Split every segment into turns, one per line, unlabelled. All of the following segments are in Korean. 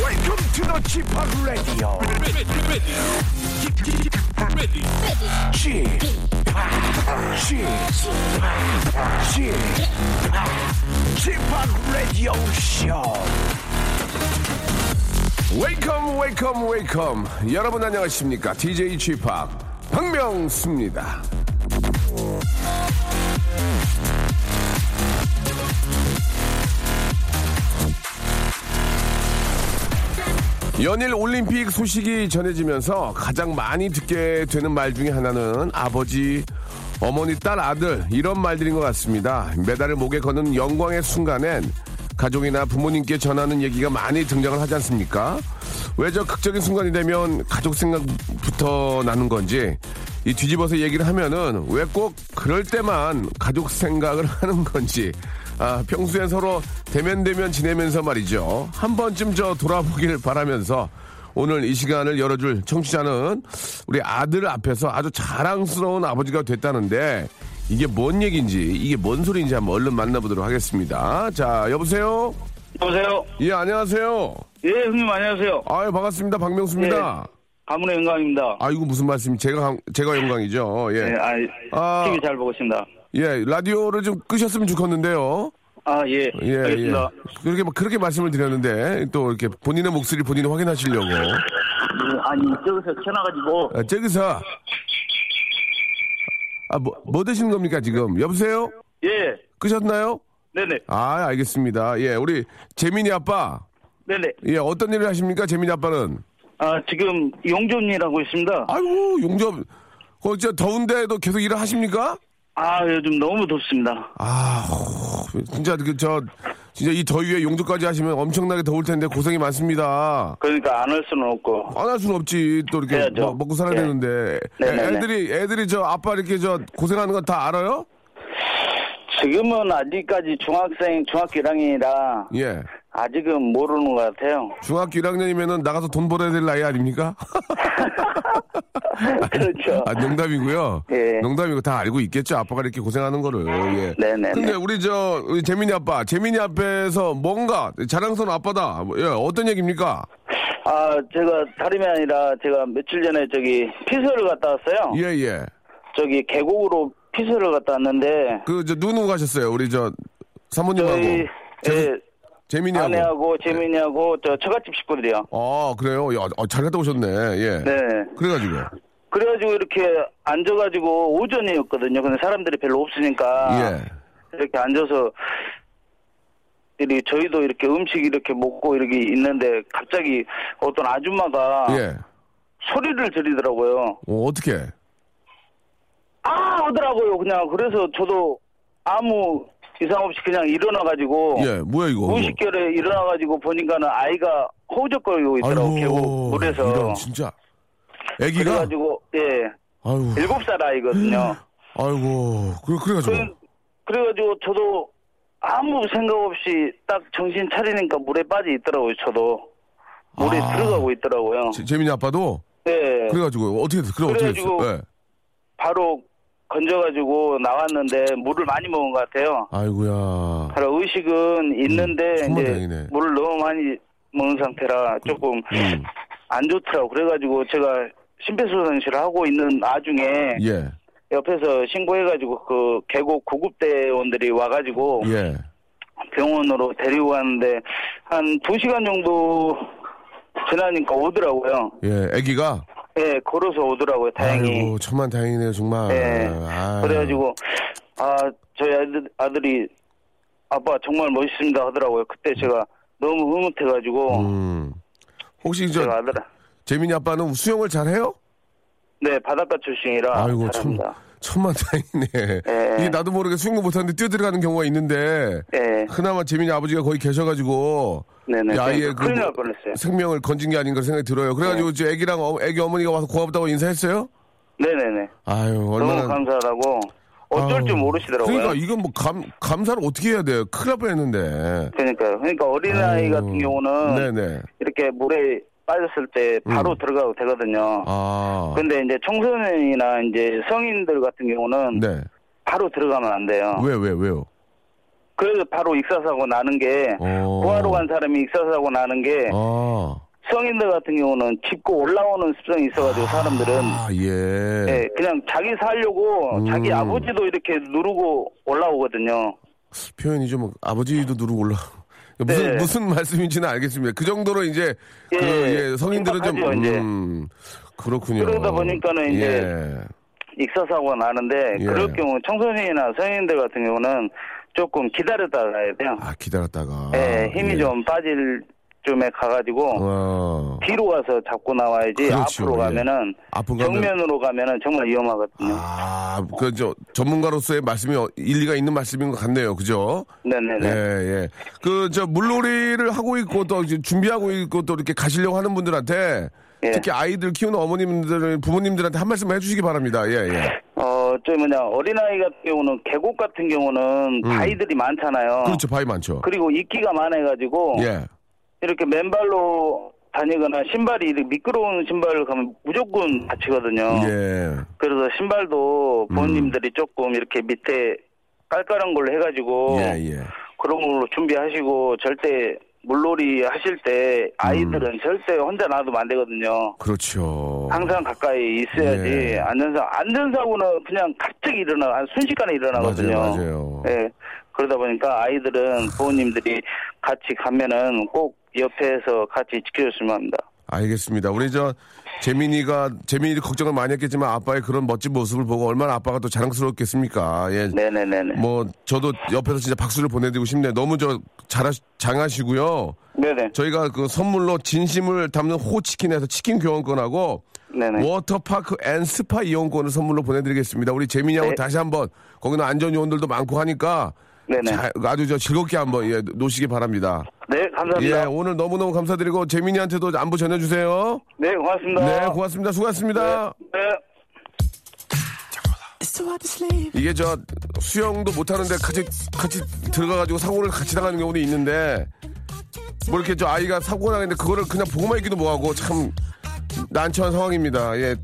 Welcome to the Chip Radio. Chip, Chip, Chip Radio Show. Welcome, welcome, welcome. 여러분 안녕하십니까? DJ Chip 박명수입니다. 연일 올림픽 소식이 전해지면서 가장 많이 듣게 되는 말 중에 하나는 아버지, 어머니, 딸, 아들 이런 말들인 것 같습니다. 메달을 목에 거는 영광의 순간엔 가족이나 부모님께 전하는 얘기가 많이 등장을 하지 않습니까? 왜 저 극적인 순간이 되면 가족 생각부터 나는 건지 이 뒤집어서 얘기를 하면은 왜 꼭 그럴 때만 가족 생각을 하는 건지 아, 평소에 서로 대면대면 지내면서 말이죠. 한 번쯤 저 돌아보길 바라면서 오늘 이 시간을 열어줄 청취자는 우리 아들 앞에서 아주 자랑스러운 아버지가 됐다는데 이게 뭔 얘기인지 이게 뭔 소리인지 한번 얼른 만나보도록 하겠습니다. 자, 여보세요?
여보세요.
예, 안녕하세요.
예, 형님 안녕하세요.
아유, 반갑습니다. 박명수입니다.
가문의 영광입니다.
아이고 무슨 말씀? 제가 강- 제가 영광이죠. 예,
예, 아,
아.
TV 잘 보고 있습니다.
예, 라디오를 좀 끄셨으면 좋겠는데요.
아, 예.
예, 예.
알겠습니다.
그렇게 막- 그렇게 말씀을 드렸는데 또 이렇게 본인의 목소리 본인이 확인하시려고.
음, 아니, 저기서 켜놔가지고.
아, 저기서 아뭐뭐 드시는 겁니까 지금? 여보세요?
예.
끄셨나요?
네네.
아 알겠습니다. 예, 우리 재민이 아빠.
네네.
예, 어떤 일을 하십니까 재민이 아빠는?
아, 지금 용접일하고 있습니다.
아이고 용접. 어, 진짜 더운데도 계속 일을 하십니까?
아, 요즘 너무 덥습니다.
아, 호, 진짜 그 저 진짜 이 더위에 용접까지 하시면 엄청나게 더울 텐데 고생이 많습니다.
그러니까 안 할 수는 없고.
안 할 수는 없지 또 이렇게 뭐,
해야죠.
먹- 먹고 살아야
네.
되는데
네,
애-
네, 네.
애들이 애들이 저 아빠 이렇게 저 고생하는 건 다 알아요?
지금은 아직까지 중학생, 중학교 1학년이라
예.
아직은 모르는 것 같아요.
중학교 1학년이면은 나가서 돈 벌어야 될 나이 아닙니까?
그렇죠.
아, 농담이고요.
예.
농담이고 다 알고 있겠죠. 아빠가 이렇게 고생하는 거를. 예.
네, 네,
근데
네.
우리 저 우리 재민이 아빠, 재민이 앞에서 뭔가 자랑스러운 아빠다. 뭐, 예, 어떤 얘기입니까?
아, 제가 다름이 아니라 제가 며칠 전에 저기 피서를 갔다 왔어요.
예, 예.
저기 계곡으로 피서를 갔다 왔는데
그 저 누누 가셨어요. 우리 저 사모님하고
저희
재수-
예,
재민이하고. 네.
아내하고 재민이하고 저 처갓집 식구들이요.
아 그래요. 야, 어, 잘 갔다 오셨네. 예.
네.
그래가지고.
그래가지고 이렇게 앉아가지고 오전이었거든요. 근데 사람들이 별로 없으니까
예.
이렇게 앉아서 이 저희도 이렇게 음식 이렇게 먹고 이렇게 있는데 갑자기 어떤 아줌마가
예.
소리를 지르더라고요.
어, 어떻게?
아 하더라고요. 그냥 그래서 저도 아무 이상 없이 그냥 일어나가지고
예, 뭐야 이거?
무의식결에 일어나가지고 보니까는 아이가 허우적거리고 있더라고 계곡 물에서
이런, 진짜. 애기가. 음.
그래가지고 예
아이고.
일곱 살 아이거든요.
아이고. 그래
그,
그래가지고.
그래가지고 저도 아무 생각 없이 딱 정신 차리니까 물에 빠져 있더라고요. 저도 물에
아.
들어가고 있더라고요.
제- 재민이 아빠도
예
그래가지고 어떻게 됐- 그럼 어떻게 됐어?
그래가지고-
예.
바로 건져가지고 나왔는데 물을 많이 먹은 것 같아요.
아이고야.
바로 의식은
음,
있는데
정말
이제
다행이네.
물을 너무 많이 먹는 상태라 조금
음.
안 좋더라고 그래가지고 제가 심폐소생술을 하고 있는 나중에
예.
옆에서 신고해가지고 그 계곡 구급대원들이 와가지고
예.
병원으로 데리고 갔는데 한 두 시간 정도 지나니까 오더라고요.
예. 애기가.
예, 걸어서 오더라고요. 다행히.
아이고 천만 다행이네요 정말.
예.
아유.
그래가지고 아 저희 아들, 아들이 아빠 정말 멋있습니다 하더라고요. 그때 제가 너무 흐뭇해가지고
음. 혹시 저
제가 아들
재민이 아빠는 수영을 잘해요?
네 바닷가 출신이라
아이고 참
잘합니다.
천만 다행이네.
예.
이게 나도 모르게 수영도 못하는데 뛰어들어가는 경우가 있는데
예.
그나마 재민이 아버지가 거기 계셔가지고
네네.
이 아이의
그러니까
그
큰일
뭐-
날 뻔했어요. 네.
생명을 건진 게 아닌가 생각이 들어요. 그래가지고 이제 애기랑 어, 애기 어머니가 와서 고맙다고 인사했어요?
네네네.
아유
너무
얼마나
감사하다고 어쩔 줄
아유.
모르시더라고요.
그러니까 이건 뭐 감, 감사를 어떻게 해야 돼요? 큰일 날 뻔했는데.
그러니까요. 그러니까 어린아이
아유.
같은 경우는
네네. 음.
이렇게 물에 빠졌을 때 바로 들어가도 되거든요.
아.
근데 이제 청소년이나 이제 성인들 같은 경우는
네.
바로 들어가면 안 돼요.
왜, 왜, 왜요?
그래서 바로 익사사고 나는 게
어.
구하러 간 사람이 익사사고 나는 게
아.
성인들 같은 경우는 짚고 올라오는 습성이 있어가지고 사람들은
아, 예.
예, 그냥 자기 살려고
음.
자기 아버지도 이렇게 누르고 올라오거든요.
표현이 좀 아버지도 누르고 올라. 무슨
네.
무슨 말씀인지는 알겠습니다. 그 정도로 이제
예,
그 예, 성인들은 좀
심각하죠, 이제.
음, 그렇군요.
그러다 보니까는 이제 익사사고가 나는데
예.
그럴 경우 청소년이나 성인들 같은 경우는 조금 기다렸다 가야 돼요.
아 기다렸다가
예, 힘이
예.
좀 빠질 쯤에 가가지고
어,
뒤로 가서 잡고 나와야지
그렇죠,
앞으로
예.
가면은
앞으로 가면-
정면으로 가면은 정말 위험하거든요.
아. 아그저 전문가로서의 말씀이 어- 일리가 있는 말씀인 것 같네요. 그죠?
네네네.
예, 예. 그, 저, 물놀이를 하고 있고 또 이제 준비하고 있고 또 이렇게 가시려고 하는 분들한테
예.
특히 아이들 키우는 어머님들, 부모님들한테 한 말씀 해주시기 바랍니다. 예, 예.
어, 저 뭐냐 어린아이 같은 경우는 계곡 같은 경우는 바위들이 많잖아요.
음. 그렇죠. 바위 많죠.
그리고 이끼가 많아가지고
예.
이렇게 맨발로 다니거나 신발이 이렇게 미끄러운 신발을 가면 무조건 다치거든요.
예.
그래서 신발도 부모님들이
음.
조금 이렇게 밑에 깔깔한 걸로 해가지고
예, 예.
그런 걸로 준비하시고 절대 물놀이 하실
음.
때 아이들은 절대 혼자 놔두면 안 되거든요.
그렇죠.
항상 가까이 있어야지
예.
안전사 안전사고는 그냥 갑자기 일어나 아, 순식간에 일어나거든요.
맞아요, 맞아요.
예. 그러다 보니까 아이들은 부모님들이 같이 가면은 꼭 옆에서 같이 지켜줬으면 합니다.
알겠습니다. 우리 저 재민이가 재민이 걱정을 많이 했겠지만 아빠의 그런 멋진 모습을 보고 얼마나 아빠가 또 자랑스러웠겠습니까? 예.
네네네네.
뭐 저도 옆에서 진짜 박수를 보내드리고 싶네요. 너무 저 잘하 장하시고요.
네네.
저희가 그 선물로 진심을 담는 호치킨에서 치킨 교환권하고
네네.
워터파크 앤 스파 이용권을 선물로 보내드리겠습니다. 우리 재민이 하고
네.
다시 한번 거기는 안전요원들도 많고 하니까
네네.
자- 아주 저 즐겁게 한번 예, 노시기 바랍니다.
네 감사합니다.
예, 오늘 너무너무 감사드리고 재민이한테도 안부 전해주세요.
네 고맙습니다.
네, 고맙습니다. 수고하셨습니다.
네.
이게 저 수영도 못하는데 같이 같이 들어가가지고 사고를 같이 당하는 경우도 있는데 뭐 이렇게 저 아이가 사고 나는데 그거를 그냥 보고만 있기도 뭐하고 참 난처한 상황입니다. 예,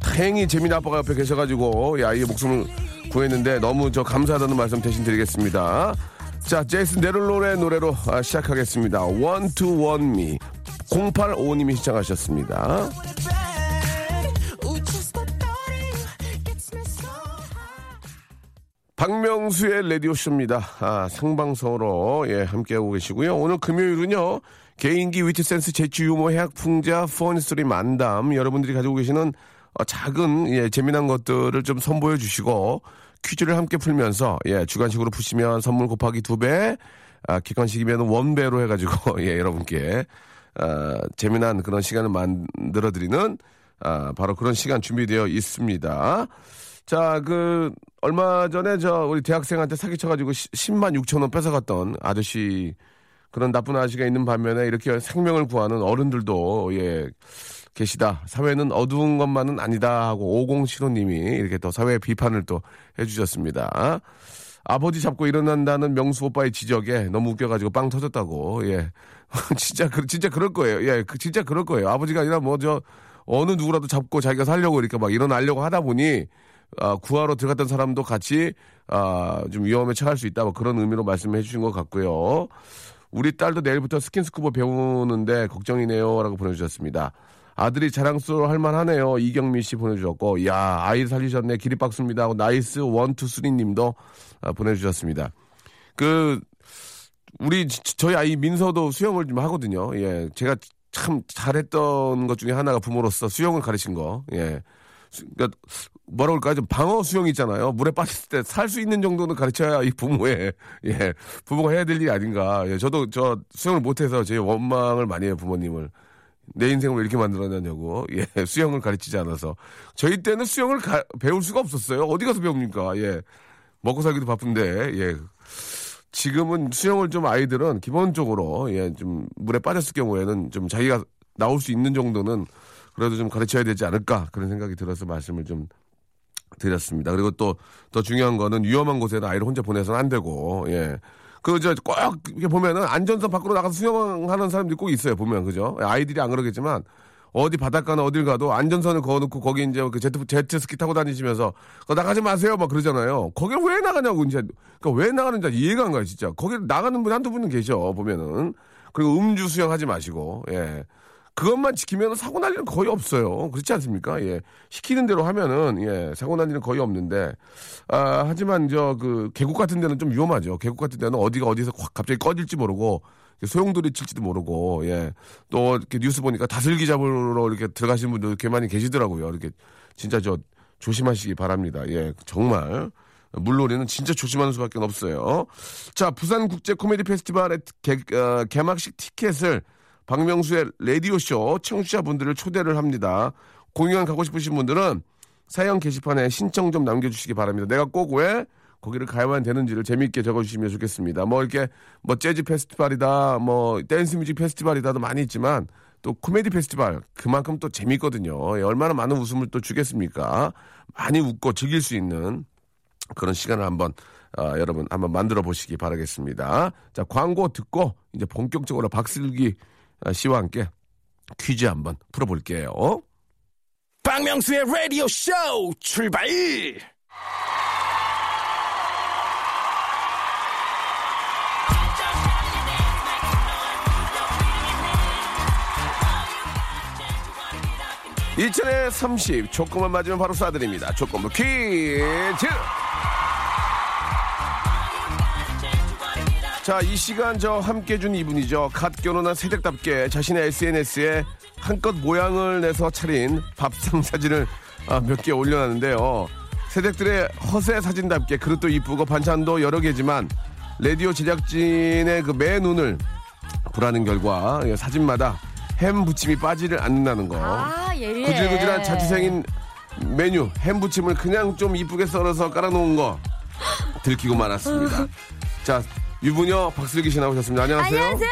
다행히 재민이 아빠가 옆에 계셔가지고 이 아이의 목숨을 구했는데 너무 저 감사하다는 말씀 대신 드리겠습니다. 자, 제이슨 데룰로의 노래로 아, 시작하겠습니다. One to One Me 085님이 시청하셨습니다.
Ooh, just the thought of you gets me so high.
박명수의 라디오쇼입니다. 아, 생방송으로, 예, 함께하고 계시고요. 오늘 금요일은요, 개인기 위트센스 재치 유머 해학 풍자 펀스토리 만담, 여러분들이 가지고 계시는 어, 작은, 예, 재미난 것들을 좀 선보여 주시고, 퀴즈를 함께 풀면서, 예, 주간식으로 푸시면 선물 곱하기 두 배, 아, 객관식이면 원배로 해가지고, 예, 여러분께, 아, 재미난 그런 시간을 만들어드리는, 아, 바로 그런 시간 준비되어 있습니다. 자, 그, 얼마 전에 저, 우리 대학생한테 사기쳐가지고 10만 6천 원 뺏어갔던 아저씨, 그런 나쁜 아저씨가 있는 반면에 이렇게 생명을 구하는 어른들도, 예, 계시다. 사회는 어두운 것만은 아니다. 하고 5075님이 이렇게 또 사회의 비판을 또 해주셨습니다. 아버지 잡고 일어난다는 명수 오빠의 지적에 너무 웃겨가지고 빵 터졌다고. 예. 진짜, 그, 진짜 그럴 거예요. 예. 그, 진짜 그럴 거예요. 아버지가 아니라 뭐 저, 어느 누구라도 잡고 자기가 살려고 이렇게 막 일어나려고 하다 보니, 아, 구하러 들어갔던 사람도 같이, 아, 좀 위험에 처할 수 있다. 뭐 그런 의미로 말씀해 주신 것 같고요. 우리 딸도 내일부터 스킨스쿠버 배우는데 걱정이네요. 라고 보내주셨습니다. 아들이 자랑스러워 할만하네요. 이경미 씨 보내주셨고, 야 아이 살리셨네. 길이 박수입니다. 하고 나이스 원투쓰리 님도 아, 보내주셨습니다. 그, 우리, 지- 저희 아이 민서도 수영을 좀 하거든요. 예. 제가 참 잘했던 것 중에 하나가 부모로서 수영을 가르친 거. 예. 수- 그러니까 뭐라고 할까요? 좀 방어 수영 있잖아요. 물에 빠졌을 때 살 수 있는 정도는 가르쳐야 이 부모의 예 부모가 해야 될 일이 아닌가. 예, 저도 저 수영을 못해서 제 원망을 많이 해요 부모님을. 내 인생을 왜 이렇게 만들어놨냐고. 예, 수영을 가르치지 않아서. 저희 때는 수영을 가- 배울 수가 없었어요. 어디 가서 배웁니까? 예. 먹고 살기도 바쁜데, 예. 지금은 수영을 좀 아이들은 기본적으로, 예, 좀 물에 빠졌을 경우에는 좀 자기가 나올 수 있는 정도는 그래도 좀 가르쳐야 되지 않을까. 그런 생각이 들어서 말씀을 좀 드렸습니다. 그리고 또 더 중요한 거는 위험한 곳에는 아이를 혼자 보내서는 안 되고, 예. 그, 저, 꼭, 이렇게 보면은 안전선 밖으로 나가서 수영하는 사람들이 꼭 있어요, 보면, 그죠? 아이들이 안 그러겠지만, 어디 바닷가나 어딜 가도 안전선을 그어놓고 거기 이제 그 제트, 제트스키 타고 다니시면서, 그거 나가지 마세요, 막 그러잖아요. 거길 왜 나가냐고, 이제. 그니까 왜 나가는지 이해가 안 가요, 진짜. 거기 나가는 분 한두 분은 계셔, 보면은. 그리고 음주 수영하지 마시고, 예. 그것만 지키면 사고 날 일은 거의 없어요. 그렇지 않습니까? 예. 시키는 대로 하면은, 예, 사고 날 일은 거의 없는데, 아, 하지만 저, 그, 계곡 같은 데는 좀 위험하죠. 계곡 같은 데는 어디가 어디서 확 갑자기 꺼질지 모르고, 소용돌이 칠지도 모르고, 예. 또, 이렇게 뉴스 보니까 다슬기 잡으러 이렇게 들어가신 분들 꽤 많이 계시더라고요. 이렇게, 진짜 저, 조심하시기 바랍니다. 예, 정말. 물놀이는 진짜 조심하는 수밖에 없어요. 자, 부산국제 코미디 페스티벌의 개, 어, 개막식 티켓을 박명수의 라디오쇼 청취자분들을 초대를 합니다. 공연 가고 싶으신 분들은 사연 게시판에 신청 좀 남겨주시기 바랍니다. 내가 꼭 왜 거기를 가야만 되는지를 재미있게 적어주시면 좋겠습니다. 뭐 이렇게 뭐 재즈 페스티벌이다, 뭐 댄스 뮤직 페스티벌이다도 많이 있지만 또 코미디 페스티벌 그만큼 또 재미있거든요. 예, 얼마나 많은 웃음을 또 주겠습니까? 많이 웃고 즐길 수 있는 그런 시간을 한번 아, 여러분 한번 만들어 보시기 바라겠습니다. 자 광고 듣고 이제 본격적으로 박슬기 아, 씨와 함께 퀴즈 한번 풀어볼게요.
박명수의 라디오 쇼 출발!
이천에30 조건만 맞으면 바로 쏴드립니다. 조건부 퀴즈. 자, 이 시간 저 함께 해준 이분이죠. 갓 결혼한 세댁답게 자신의 SNS에 한껏 모양을 내서 차린 밥상 사진을 아, 몇 개 올려놨는데요. 세댁들의 허세 사진답게 그릇도 이쁘고 반찬도 여러 개지만 라디오 제작진의 그 맨눈을 보라는 결과 예, 사진마다 햄 부침이 빠지를 않는다는 거.
아, 예, 예.
구질구질한 자취생인 메뉴 햄 부침을 그냥 좀 이쁘게 썰어서 깔아놓은 거 들키고 말았습니다. 자 유부녀 박슬기 씨 나오셨습니다. 안녕하세요.
안녕하세요.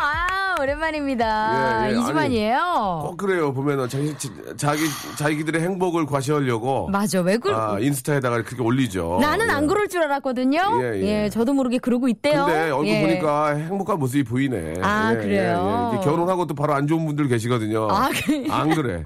아, 오랜만입니다.
예, 예,
이지만이에요.
꼭 그래요 보면은 자기 자기 자기들의 행복을 과시하려고
맞아. 왜 그?
아, 인스타에다가 그렇게 올리죠.
나는
예.
안 그럴 줄 알았거든요.
예,
예,
예.
저도 모르게 그러고 있대요.
근데 얼굴
예.
보니까 행복한 모습이 보이네. 예,
아, 그래요?
이제 결혼하고 또 바로 안 좋은 분들 계시거든요.
아, 그래요?
안 그래.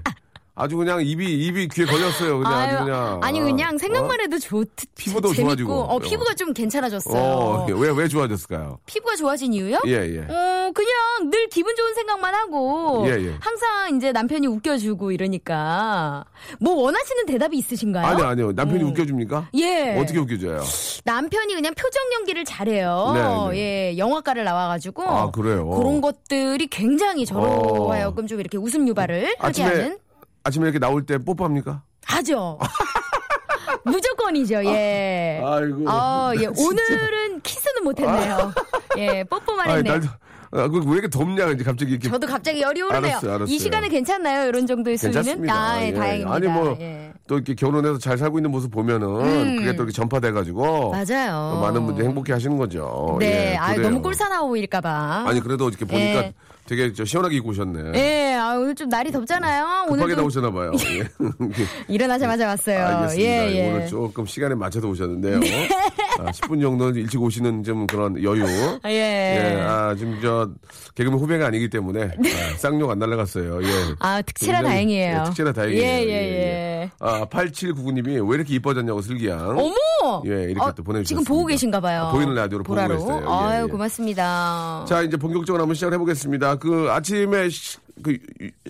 아주 그냥 입이 입이 귀에 걸렸어요. 그냥 아주
아유,
그냥
아니 그냥
어?
생각만 해도 좋
피부도
재밌고
좋아지고.
어, 피부가 좀 괜찮아졌어요.
어, 왜, 왜 좋아졌을까요?
피부가 좋아진 이유요?
예, 예.
어, 그냥 늘 기분 좋은 생각만 하고
예, 예.
항상 이제 남편이 웃겨주고 이러니까 뭐 원하시는 대답이 있으신가요? 음.
아니요, 아니요. 남편이 웃겨줍니까?
예.
어떻게 웃겨줘요?
남편이 그냥 표정 연기를 잘해요.
네,
예, 영화과를 나와가지고
아, 그래요?
그런 것들이 굉장히 저로
어.
하여금 좀 이렇게 웃음 유발을 하게
아침에,
하는
아침에 이렇게 나올 때 뽀뽀합니까?
하죠. 무조건이죠. 예.
아이고. 아.
어, 예. 오늘은 키스는 못했네요. 예, 뽀뽀만
아니,
했네요.
날도, 아, 그왜 이렇게 덥냐, 이제 갑자기 이렇게.
저도 갑자기 열이 오르네요.
알았어요, 알았어요.
이 시간에 괜찮나요? 이런 정도의 수위는?
괜찮습니다.
아, 예,
예.
다행입니다.
아니, 뭐,
예. 음.
또 이렇게 결혼해서 잘 살고 있는 모습 보면은 그게 또 이렇게 전파돼가지고.
맞아요.
또 많은 분들이 행복해 하시는 거죠.
네,
예,
아
그래요.
너무 꼴사나오일까봐.
아니, 그래도 이렇게 보니까
예.
되게 저 시원하게 입고 오셨네.
예, 아, 오늘 좀 날이 덥잖아요. 오늘
급하게
좀
나오셨나봐요. 예.
일어나자마자 왔어요.
아, 알겠습니다.
예, 네. 예.
오늘 조금 시간에 맞춰서 오셨는데요. 아, 10분 정도 일찍 오시는 좀 그런 여유.
예.
예, 아, 지금 저 개그맨 후배가 아니기 때문에 아, 쌍욕 안 날라갔어요. 예.
네. 아, 특채라
굉장히,
다행이에요.
예, 특채라 다행이에요.
예, 예, 예.
아, 8799님이 왜 이렇게 이뻐졌냐고 슬기양.
어머!
예, 이렇게
어,
또 보내주셨습니다.
지금 보고 계신가 봐요.
아, 보이는 라디오로 보고
보라로.
계세요. 예,
아유,
예.
고맙습니다.
자, 이제 본격적으로 한번 시작을 해보겠습니다. 그 아침에 식, 그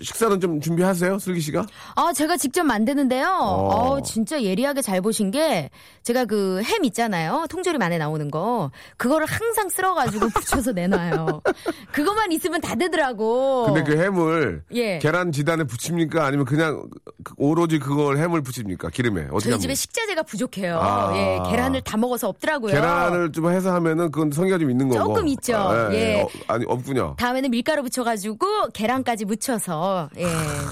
식사는 좀 준비하세요, 슬기 씨가?
아, 제가 직접 만드는데요.
어.
어, 진짜 예리하게 잘 보신 게 제가 그 햄 있잖아요. 통조림 안에 나오는 거. 그거를 항상 쓸어가지고 붙여서 내놔요. 그것만 있으면 다 되더라고.
근데 그 햄을
예.
계란 지단에 붙입니까? 아니면 그냥 그- 오로지 그거 그걸 햄을 부칩니까? 기름에. 어떻게
저희 집에
합니까?
식자재가 부족해요.
아.
예, 계란을 다 먹어서 없더라고요.
계란을 좀 해서 하면은 그건 성의가 좀 있는 거고.
조금 있죠.
아,
예.
어, 아니 없군요.
다음에는 밀가루 붙여가지고 계란까지 묻혀서 예,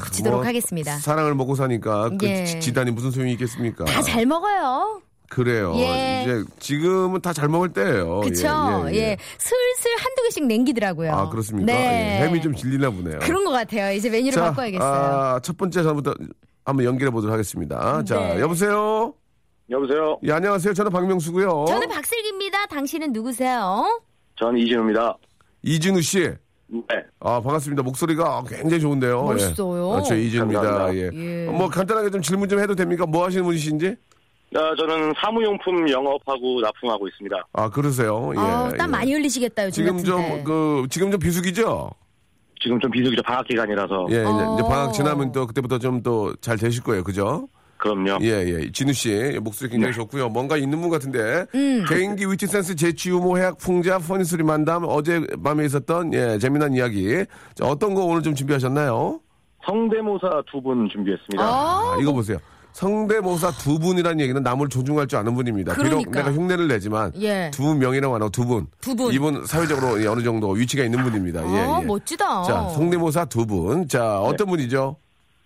부치도록
뭐,
하겠습니다.
사랑을 먹고 사니까 그
예.
지- 지단이 무슨 소용이 있겠습니까?
다 잘 먹어요.
그래요.
예.
이제 지금은 다 잘 먹을 어, 때예요.
그쵸? 예, 슬슬 한두 개씩 냉기더라고요.
아 그렇습니까?
네.
예, 햄이 좀 질리나 보네요.
그런 것 같아요. 이제 메뉴를
자,
바꿔야겠어요.
아, 첫 번째 전부터 한번 연결해 보도록 하겠습니다. 자,
네.
여보세요.
여보세요.
예, 안녕하세요. 저는 박명수고요.
저는 박슬기입니다. 당신은 누구세요?
저는 이진우입니다.
이진우 씨.
네.
아 반갑습니다. 목소리가 굉장히 좋은데요.
멋있어요.
예. 아, 저 이진우입니다.
감사합니다.
예.
예.
뭐 간단하게 좀 질문 좀 해도 됩니까? 뭐 하시는 분이신지?
아, 저는 사무용품 영업하고 납품하고 있습니다.
아 그러세요. 예.
아, 땀
예.
많이 흘리시겠다 요즘
지금
같은데. 어?
좀 그 지금 좀 비수기죠?
지금 좀 비수기죠. 방학 기간이라서.
예, 이제,
어.
이제 방학 지나면 또 그때부터 좀 또 잘 되실 거예요, 그죠?
그럼요.
예, 예. 진우 씨 목소리
네.
굉장히 좋고요. 뭔가 있는 분 같은데
음.
개인기 위치 센스 재치 유모 해학 풍자 퍼니 소리 만담 어제 밤에 있었던 예 재미난 이야기. 자, 어떤 거 오늘 좀 준비하셨나요?
성대모사 두 분 준비했습니다.
아, 이거 보세요. 성대모사 두 분이라는 얘기는 남을 존중할 줄 아는 분입니다. 비록
그러니까.
내가 흉내를 내지만
예.
두 명이라고 안 하고 두 분.
두 분.
이분 사회적으로 예, 어느 정도 위치가 있는 분입니다.
아,
예, 예.
멋지다.
자, 성대모사 두 분. 자,
네.
어떤 분이죠?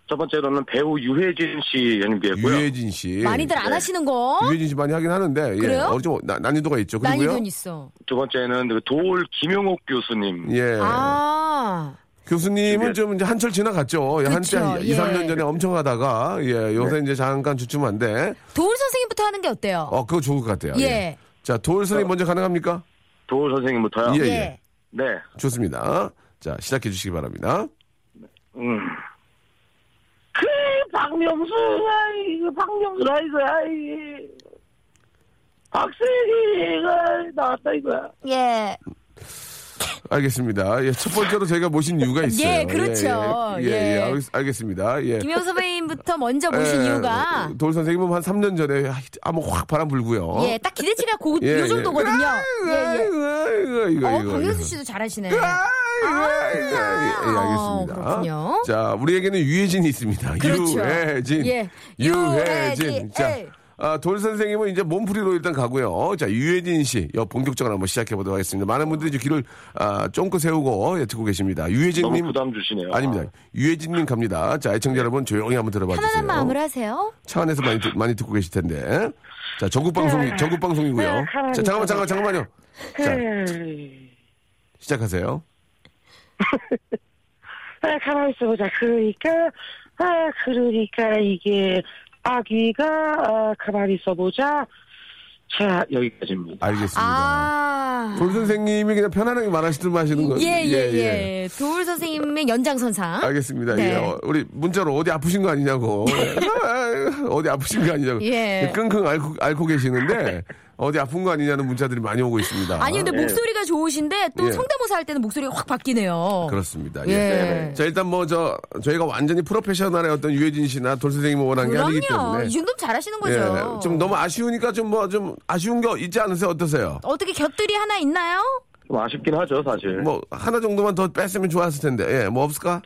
첫 번째로는 배우 유해진 씨 연기했고요.
유해진 씨.
많이들 안 하시는 거?
예. 유해진 씨 많이 하긴 하는데 예.
그래요?
어느 정도 나- 난이도가 있죠. 그리고요.
난이돈 있어.
두 번째는 그 도올 김용옥 교수님.
예.
아,
그러니까
교수님은 좀 이제 한철 지나갔죠. 예, 한때
그쵸,
2, 3년
예.
전에 엄청 하다가 예,
네.
요새 이제 잠깐 주춤한데
도울 선생님부터 하는 게 어때요?
어, 그거 좋을 것 같아요.
예.
자, 도울
어.
선생님 먼저 가능합니까?
도올 선생님부터요.
예, 예.
예.
네.
좋습니다. 자, 시작해 주시기 바랍니다.
음. 그 박명수 아이 그 박명수가 이거 아이 박세기가 나왔다 이거야.
예.
알겠습니다. 예, 첫 번째로 저희가 모신 이유가 있어요.
예, 그렇죠.
예, 예,
예.
예, 알겠- 알겠습니다. 예.
김영 선배님부터 먼저 모신
예,
이유가
돌 선생님은 뭐 한 3년 전에 아, 한번 확 바람 불고요.
예, 딱 기대치가 고,
어? 예,
요
예.
정도거든요. 예, 예.
이거, 이거,
어,
이거.
박명수 씨도 잘하시네.
아. 예, 예, 예, 알겠습니다.
어, 아, 그렇군요.
자, 우리에게는 유해진이 있습니다.
그렇죠.
유해진.
예. 유해진. 예.
유해진. 자,
에이.
아, 돌 선생님은 이제 몸풀이로 일단 가고요. 자, 유해진 씨, 여, 본격적으로 한번 시작해 보도록 하겠습니다. 많은 분들이 이제 귀를 아, 쫑긋 세우고 예, 듣고 계십니다.
너무
유해진님.
부담 주시네요.
아닙니다. 유해진님 갑니다. 자, 애청자 여러분 조용히 한번 들어봐 주세요.
편안한 마음을 하세요.
차 안에서 많이, 듣- 많이 듣고 계실 텐데. 자, 전국
네.
방송이, 전국 방송이고요. 자, 잠깐만, 잠깐만, 잠깐만요. 자, 시작하세요.
아, 가만히 있어보자. 그러니까, 아, 그러니까 이게 아기가, 아, 가만히 있어보자. 자,
여기까지입니다.
알겠습니다.
아.
돌 선생님이 그냥 편안하게 말하시든 마시는 거.
예, 예, 예, 도울 선생님의 연장선상.
알겠습니다.
네.
예, 어, 우리 문자로 어디 아프신 거 아니냐고. 어디 아프신 거 아니냐고. 네,
예.
끙끙 앓고, 앓고 계시는데 어디 아픈 거 아니냐는 문자들이 많이 오고 있습니다.
아니, 근데 목소리가 좋으신데 또
예.
성대모사 할 때는 목소리가 확 바뀌네요.
그렇습니다. 예.
예.
자, 일단 뭐 저 저희가 완전히 프로페셔널의 어떤 유해진 씨나 돌 선생님을 원한 게 아니기
그럼요.
때문에
이 정도면 잘하시는 거죠.
예, 좀 너무 아쉬우니까 좀 뭐 좀 아쉬운 거 있지 않으세요? 어떠세요?
어떻게 곁들이 하나 있나요?
좀 아쉽긴 하죠
네.
사실.
뭐 하나 정도만 더 뺐으면 좋았을 텐데. 예, 뭐 없을까?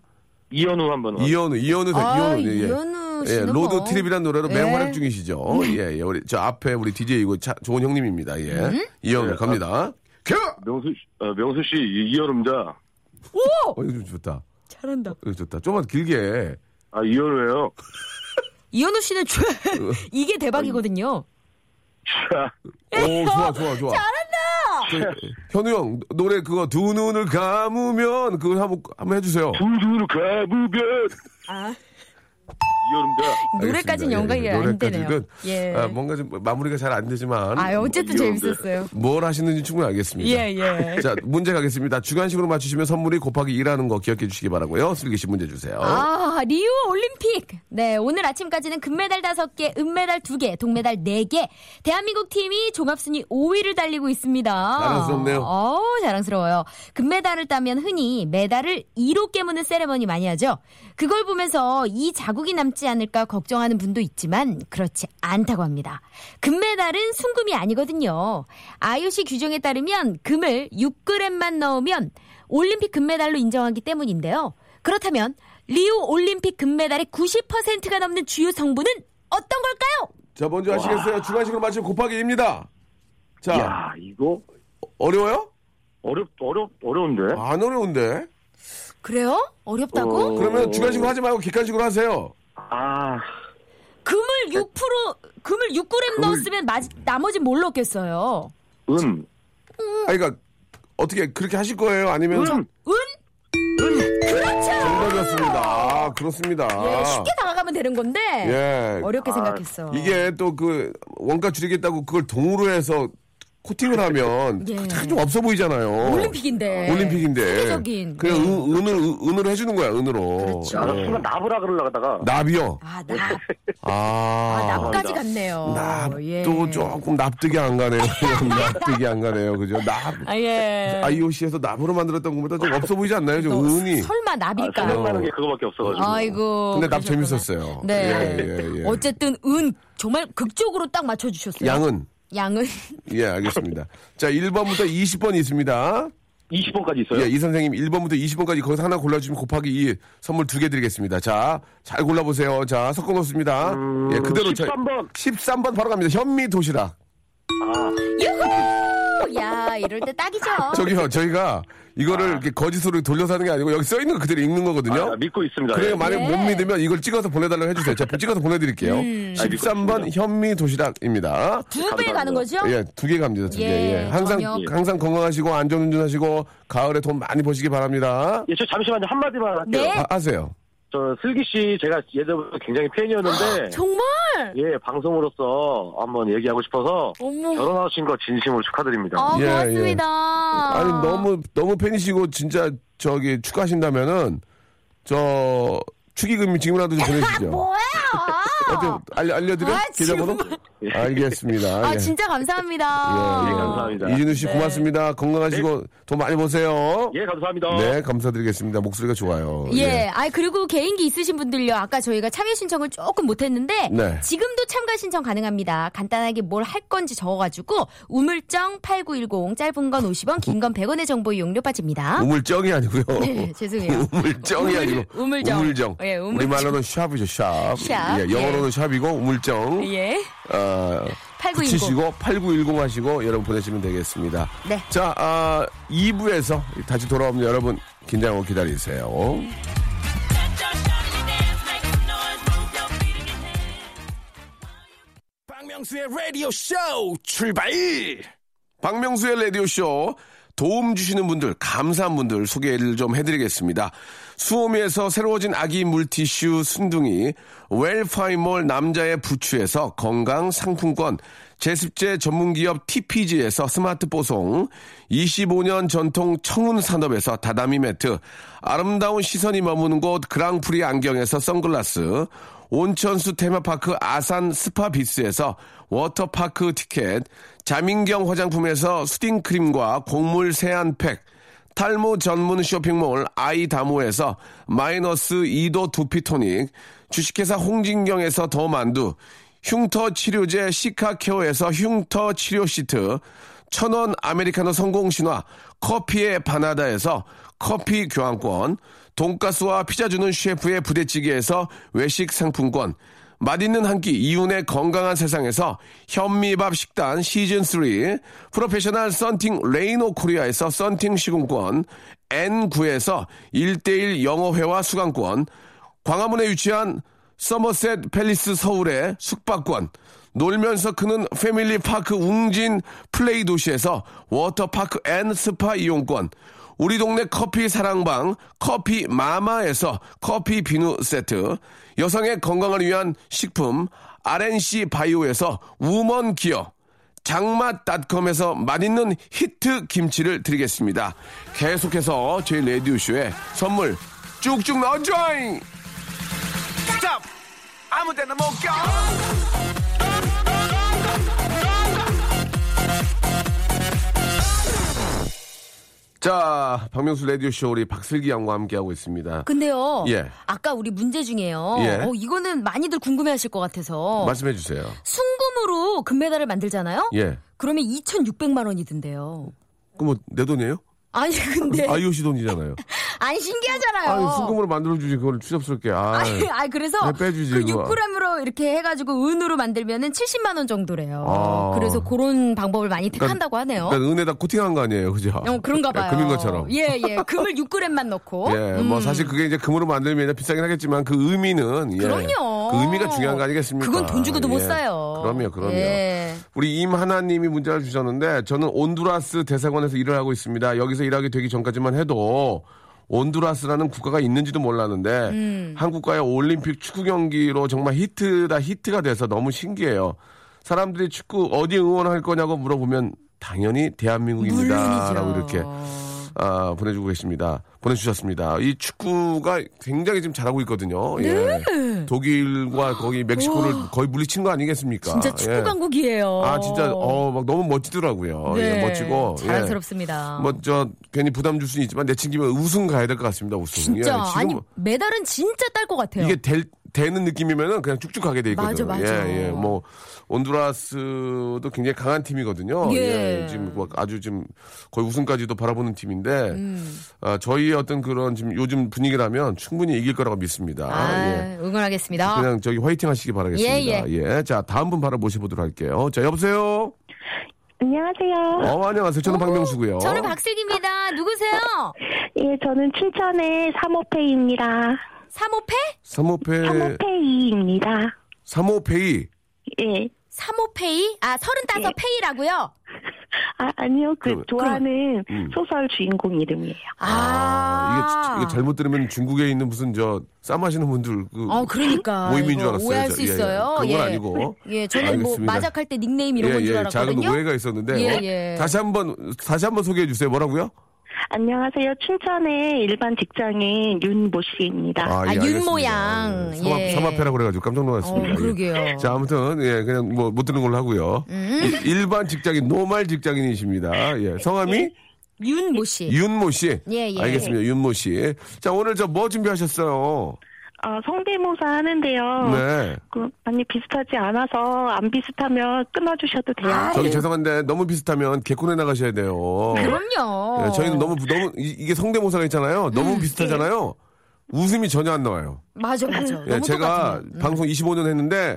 이현우 한 번.
어.
이현우, 이현우, 선-
아,
이현우, 예, 예.
이현우
예,
씨는
로드
뭐.
트립이라는 노래로 매우
예.
활약 중이시죠. 예, 예, 우리 저 앞에 우리 DJ이고 차, 좋은 형님입니다. 예,
음?
이현우
아,
갑니다. 큐!
명수 씨, 어, 명수 씨 이- 이현우입니다.
어, 이거 좀 좋다. 어,
잘한다.
이거 좋다. 좀만 길게.
아 이현우예요.
이현우 씨는 죄.
어.
이게 대박이거든요.
자,
예.
오, 좋아, 좋아, 좋아. 잘한다. 현우 형 노래 그거 두 눈을 감으면 그걸 한번 한번 해주세요.
음,
두두루 가무변
아,
이현우입니다.
노래까지는 연관이
알겠습니다. 예,
안 되네요.
노래까지는
예.
아, 뭐, 뭔가 좀 마무리가 잘 안 되지만
아, 어쨌든
이현우.
재밌었어요.
뭘 하시는지 충분히 알겠습니다.
예, 예.
자, 문제 가겠습니다. 주간식으로 맞추시면 선물이 곱하기 1하는 거 기억해 주시기 바라고요. 슬기 씨 문제 주세요.
아, 리우 올림픽. 네, 오늘 아침까지는 금메달 5개, 은메달 2개, 동메달 4개. 대한민국 팀이 종합순위 5위를 달리고 있습니다.
자랑스럽네요.
아, 어우, 자랑스러워요. 금메달을 따면 흔히 메달을 2로 깨무는 세레머니 많이 하죠. 그걸 보면서 이 자국이 남지 않을까 걱정하는 분도 있지만 그렇지 않다고 합니다. 금메달은 순금이 아니거든요. IOC 규정에 따르면 금을 6g만 넣으면 올림픽 금메달로 인정하기 때문인데요. 그렇다면 리우 올림픽 금메달의 90%가 넘는 주요 성분은 어떤 걸까요?
자, 먼저 하시겠어요? 주관식으로 맞추면 곱하기 2입니다. 자,
야, 이거
어려워요?
어렵 어렵
네?
어려운데.
안 어려운데?
그래요? 어렵다고?
그러면 주관식으로 하지 말고 객관식으로 하세요.
아,
금을 6% 금을 6g 넣었으면 마, 나머지 뭘 넣겠어요?
은,
아, 그러니까 어떻게 그렇게 하실 거예요? 아니면
은,
은?
정답이었습니다. 아, 그렇습니다.
예, 쉽게 다가가면 되는 건데
예.
어렵게 생각했어.
이게 또 그 원가 줄이겠다고 그걸 동으로 해서 코팅을 하면
예.
참 없어 보이잖아요.
올림픽인데.
뭐 올림픽인데.
세계적인.
그냥
네.
은, 은을, 은으로 해주는 거야, 은으로.
그렇죠.
아, 나
예.
순간 나부라 그러려다가
납이요.
아, 납. 아,
아.
납까지 갔네요.
납도
예.
조금 납득이 안 가네요. 납득이 안 가네요. 그죠? 납.
아, 예.
IOC에서 납으로 만들었던 것보다 좀 없어 보이지 않나요? 좀
또
은이. 아,
설마 납일까?
생각나는 게 그거밖에 없어가지고.
아이고.
근데 납
그러셨구나.
재밌었어요.
네.
예, 예, 예.
어쨌든 은 정말 극적으로 딱 맞춰 주셨어요.
양은.
양은
예, 알겠습니다. 자, 1번부터 20번이 있습니다.
20번까지 있어요.
예, 이 선생님 1번부터 20번까지 거기서 하나 골라주시면 곱하기 2 선물 두 개 드리겠습니다. 자, 잘 골라보세요. 자, 섞어놓습니다. 예, 그대로 저-
음, 13번.
13번 바로 갑니다. 현미 도시락.
유후! 야, 이럴 때 딱이죠.
저기요, 저희가 이거를 이렇게 거짓으로 돌려서 하는 게 아니고 여기 써 있는 거 그대로 읽는 거거든요.
아, 믿고 있습니다.
그래요.
예.
만약
네.
못 믿으면 이걸 찍어서 보내달라고 해주세요. 제가 찍어서 보내드릴게요.
음.
13번 현미 도시락입니다.
두 배 가는 거죠?
예, 두 개 갑니다. 두 개.
예,
예, 항상
저녁.
항상 건강하시고 안전운전하시고 가을에 돈 많이 버시기 바랍니다.
예, 저 잠시만요. 한마디만 할게요.
네.
아, 하세요.
저 슬기 씨 제가 예전부터 굉장히
아,
팬이었는데
정말?
예, 방송으로서 한번 얘기하고 싶어서
어머.
결혼하신 거 진심으로 축하드립니다.
어.
아,
예,
고맙습니다.
아니 너무 너무 팬이시고 진짜 저기 축하하신다면은 저 축의금 지금이라도 좀 보내주시죠.
뭐야?
어때 알려 알려드려
아,
계좌번호? 예. 알겠습니다.
아,
예.
진짜 네. 감사합니다.
예, 예.
감사합니다.
이진우 씨 고맙습니다. 건강하시고 돈 많이 버세요.
예, 감사합니다.
네 감사드리겠습니다. 목소리가 좋아요.
어. 예, 아 그리고 개인기 있으신 분들요. 아까 저희가 참여 신청을 조금 못했는데
네.
지금도 참가 신청 가능합니다. 간단하게 뭘 할 건지 적어가지고 우물정 8910 짧은 건 50원, 긴 건 100원의 정보 이용료 빠집니다.
우물정이 아니고요.
네, 죄송해요.
우물정이
우물-
아니고
우물정. 예, 우물정.
우리말로는 샵이죠, 샵.
샵.
예, 영어로는 샵이고 우물정.
예,
어,
8910.
붙이시고 8910 하시고 여러분 보내시면 되겠습니다.
네.
자, 아, 2부에서 다시 돌아오면 여러분 긴장하고 기다리세요.
박명수의 라디오 쇼 출발!
박명수의 라디오쇼 도움 주시는 분들, 감사한 분들 소개를 좀 해드리겠습니다. 수오미에서 새로워진 아기 물티슈 순둥이, 웰파이몰 남자의 부추에서 건강 상품권, 제습제 전문기업 TPG에서 스마트 보송, 25년 전통 청운 산업에서 다다미 매트, 아름다운 시선이 머무는 곳 그랑프리 안경에서 선글라스, 온천수 테마파크 아산 스파비스에서 워터파크 티켓, 자민경 화장품에서 수딩크림과 곡물 세안팩, 탈모 전문 쇼핑몰 아이다모에서 마이너스 2도 두피토닉, 주식회사 홍진경에서 더 만두, 흉터 치료제 시카케어에서 흉터 치료 시트, 천원 아메리카노 성공 신화 커피의 바나다에서 커피 교환권, 돈가스와 피자 주는 셰프의 부대찌개에서 외식 상품권, 맛있는 한 끼 이윤의 건강한 세상에서 현미밥 식단 시즌 3 프로페셔널 썬팅 레이노 코리아에서 썬팅 시공권 N9에서 1대1 영어회화 수강권 광화문에 위치한 서머셋 팰리스 서울의 숙박권, 놀면서 크는 패밀리 파크 웅진 플레이 도시에서 워터파크 앤 스파 이용권, 우리 동네 커피 사랑방 커피 마마에서 커피 비누 세트, 여성의 건강을 위한 식품 RNC 바이오에서 우먼 기어, 장맛닷컴에서 맛있는 히트 김치를 드리겠습니다. 계속해서 저희 레디오쇼에 선물 쭉쭉 넣어줘잉!
스탑! 아무 데나 못 가!
자, 박명수 라디오쇼 우리 박슬기 양과 함께하고 있습니다.
근데요,
예.
아까 우리 문제 중에요.
예.
어, 이거는 많이들 궁금해하실 것 같아서
말씀해 주세요.
순금으로 금메달을 만들잖아요.
예.
그러면 2,600만 원이 든대요.
그럼 뭐 내 돈이에요?
아니 근데
IOC 돈이잖아요.
아니 네. 신기하잖아요.
아니 순금으로 만들어주지 그걸 추잡스럽게. 아,
아니, 아니, 그래서
네, 빼주지,
그
그거.
6g으로 이렇게 해가지고 은으로 만들면은 70만 원 정도래요.
아.
그래서 그런 방법을 많이 택한다고 하네요.
그러니까 은에다 코팅한 거 아니에요, 그죠?
어, 그런가 봐요.
금인 것처럼.
예, 예. 금을 6g만 넣고. 음,
예, 뭐 사실 그게 이제 금으로 만들면 이제 비싸긴 하겠지만 그 의미는 예,
그럼요.
그 의미가 중요한 거 아니겠습니까?
그건 돈 주고도
예,
못 사요.
그럼요, 그럼요.
예.
우리 임하나님이 문자를 주셨는데 저는 온두라스 대사관에서 일을 하고 있습니다. 여기서 일하게 되기 전까지만 해도 온두라스라는 국가가 있는지도 몰랐는데
음.
한국과의 올림픽 축구 경기로 정말 히트다 히트가 돼서 너무 신기해요. 사람들이 축구 어디 응원할 거냐고 물어보면 당연히 대한민국입니다라고 이렇게 아, 보내주고 계십니다. 보내주셨습니다. 이 축구가 굉장히 지금 잘하고 있거든요.
네.
예. 독일과 거기 멕시코를 거의 물리친 거 아니겠습니까?
진짜
예.
축구 강국이에요.
아 진짜 어 막 너무 멋지더라고요. 예, 멋지고 예.
네. 자랑스럽습니다.
뭐 저 괜히 부담 줄 수는 있지만 내친 김에 우승 가야 될 것 같습니다. 우승. 예,
진짜
지금
아니 메달은 진짜 딸 것 같아요.
이게 될, 되는 느낌이면은 그냥 쭉쭉 가게 돼 있거든요.
맞아, 맞아.
예, 예. 뭐 온두라스도 굉장히 강한 팀이거든요.
예.
지금 막 아주 지금 거의 우승까지도 바라보는 팀인데
음.
아, 저희 어떤 그런 지금 요즘 분위기라면 충분히 이길 거라고 믿습니다.
아,
예.
응원하겠습니다.
그냥 저기 화이팅 하시기 바라겠습니다.
아. 예,
자, 다음 분 바로 모셔보도록 할게요. 자, 여보세요?
안녕하세요.
어, 안녕하세요. 저는 박명수고요
저는 박슬기입니다. 누구세요?
예, 저는 춘천의 삼호페이입니다.
삼호패?
삼호페,
삼호페이입니다.
삼호페이.
예.
삼호페이? 아, 서른다섯 페이라고요?
아, 아니요. 그
그럼-
좋아하는
음.
소설 주인공 이름이에요.
아, 이게, 주- 이게 잘못 들으면 중국에 있는 무슨 저, 쌈 하시는 분들. 그,
어, 그러니까.
모임인
이거
줄 알았어요.
오해할
저-
수
예, 예.
있어요.
그건 아니고.
예, 저는 뭐
알겠습니다. 예,
마작할 때 닉네임 이런 건 줄
작은
알았거든요.
오해가 있었는데.
예,
어?
예.
다시 한 번, 다시 한 번 소개해 주세요. 뭐라고요?
안녕하세요. 춘천의 일반 직장인 윤모 씨입니다.
아,
예,
윤
알겠습니다.
모양.
예, 삼합,
예.
삼합회라고 그래가지고 깜짝
어,
놀랐습니다. 예.
그러게요. 음.
자, 아무튼, 예, 그냥 뭐, 못 들은 걸로 하고요. 이- 일반 직장인, 노말 직장인이십니다. 예. 성함이?
윤모 씨.
윤모 씨.
예, 예.
알겠습니다. 윤모 씨. 자, 오늘 저 뭐 준비하셨어요?
어, 성대모사 하는데요.
네.
그, 많이 비슷하지 않아서 안 비슷하면 끊어주셔도 돼요.
저기 죄송한데 너무 비슷하면 개콘에 나가셔야 돼요.
아, 예. 그럼요.
네. 예, 저희는 너무 너무 이- 이게 성대모사가 있잖아요. 너무
음.
비슷하잖아요.
예.
웃음이 전혀 안 나와요.
맞아, 맞아.
예,
어, 너무 네.
제가
똑같아요.
방송 25년 했는데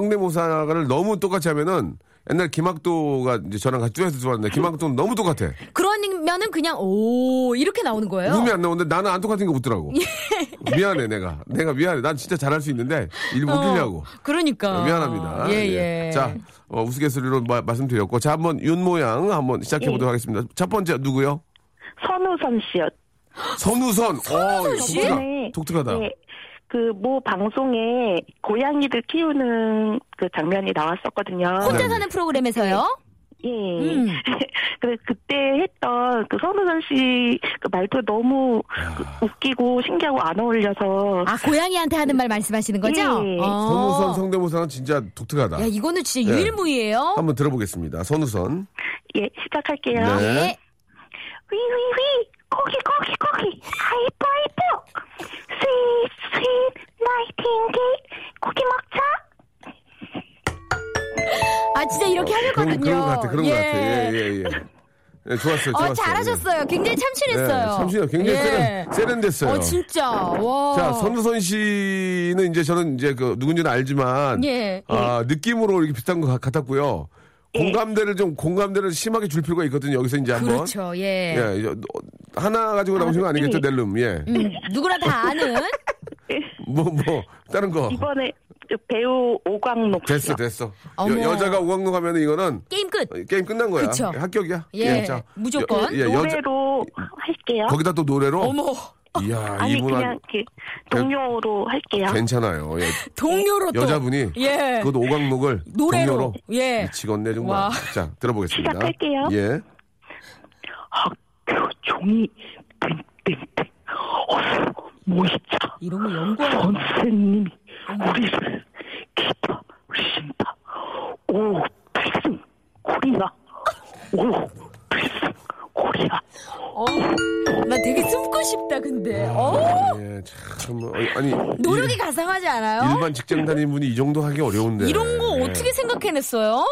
성대모사를 너무 똑같이 하면은 옛날 김학도가 이제 저랑 같이 듀엣을 좋았는데 김학도는 너무 똑같아.
그러면은 그냥 오 이렇게 나오는 거예요. 예.
웃음이 안 나오는데 나는 안 똑같은 게 웃더라고. 미안해 내가. 내가 미안해. 난 진짜 잘할 수 있는데 일부
어,
웃기려고.
그러니까.
미안합니다.
예,
예.
예.
자, 어, 우스갯소리로 마- 말씀드렸고, 자, 한번 윤 모양 한번 시작해
예.
보도록 하겠습니다. 첫 번째 누구요?
선우선 씨요.
선우선. 선우선
씨?
네.
독특하다.
네. 그 모 방송에 고양이들 키우는 그 장면이 나왔었거든요.
혼자 사는 프로그램에서요.
예.
음.
그래 그때 했던 그 선우선 씨그 말도 너무 그 웃기고 신기하고 안 어울려서
아 고양이한테 하는 말 말씀하시는 거죠?
예.
어.
선우선 성대모사는 진짜 독특하다.
야 이거는 진짜
예.
유일무이예요.
한번 들어보겠습니다. 선우선.
예 시작할게요.
네.
예.
휘휘휘 고기 고기 고기 아 이뻐 이뻐 스윗 스윗 나이팅게일 고기 먹자.
아 진짜 이렇게
그런,
하셨거든요.
그런 것 같아. 그런
예.
것 같아. 예, 예, 예. 예, 좋았어요. 좋았어요. 네,
어 잘하셨어요. 굉장히 참신했어요.
참신해요. 굉장히
예.
세련, 세련됐어요.
어 진짜 와.
자, 선우선 씨는 이제 저는 이제 그 누군지는 알지만
예.
아, 느낌으로 이렇게 비슷한 것 같- 같았고요.
예.
공감대를 좀 공감대를 심하게 줄 필요가 있거든요. 여기서 이제 한번
그렇죠. 예.
예, 이제 하나 가지고 나오신 거 아니겠죠, 넬름? 예.
음, 누구나 다 아는
뭐, 뭐, 다른 거.
이번에 그 배우 오광록 씨.
됐어, 됐어.
어머.
여, 자가 우왕릉 하면 은 이거는
게임 끝.
어, 게임 끝난 거야.
그쵸.
합격이야.
예, 무조건.
여- 예, 여자-
노래로 할게요.
거기다 또 노래로?
어머
이야,
아니
이분
그냥
한,
이렇게 동료로 할게요.
괜찮아요. 예.
동료로 또
여자분이
예.
그것도 오광록을
노래로.
동료로
예.
미치겠네 정말.
와.
자 들어보겠습니다.
시작할게요.
예.
학교 종이 땡땡땡 어서 모이자
이런 거 연구하는
선생님이 우리를 기다리신다 오 필승 코리아 오 필승 코리아
어, 나 되게 숨고 싶다 근데 어
예, 참 어, 아니
노력이
일-
가상하지 않아요?
일반 직장 다니는 분이 이 정도 하기 어려운데.
이런 거
예.
어떻게 생각해냈어요?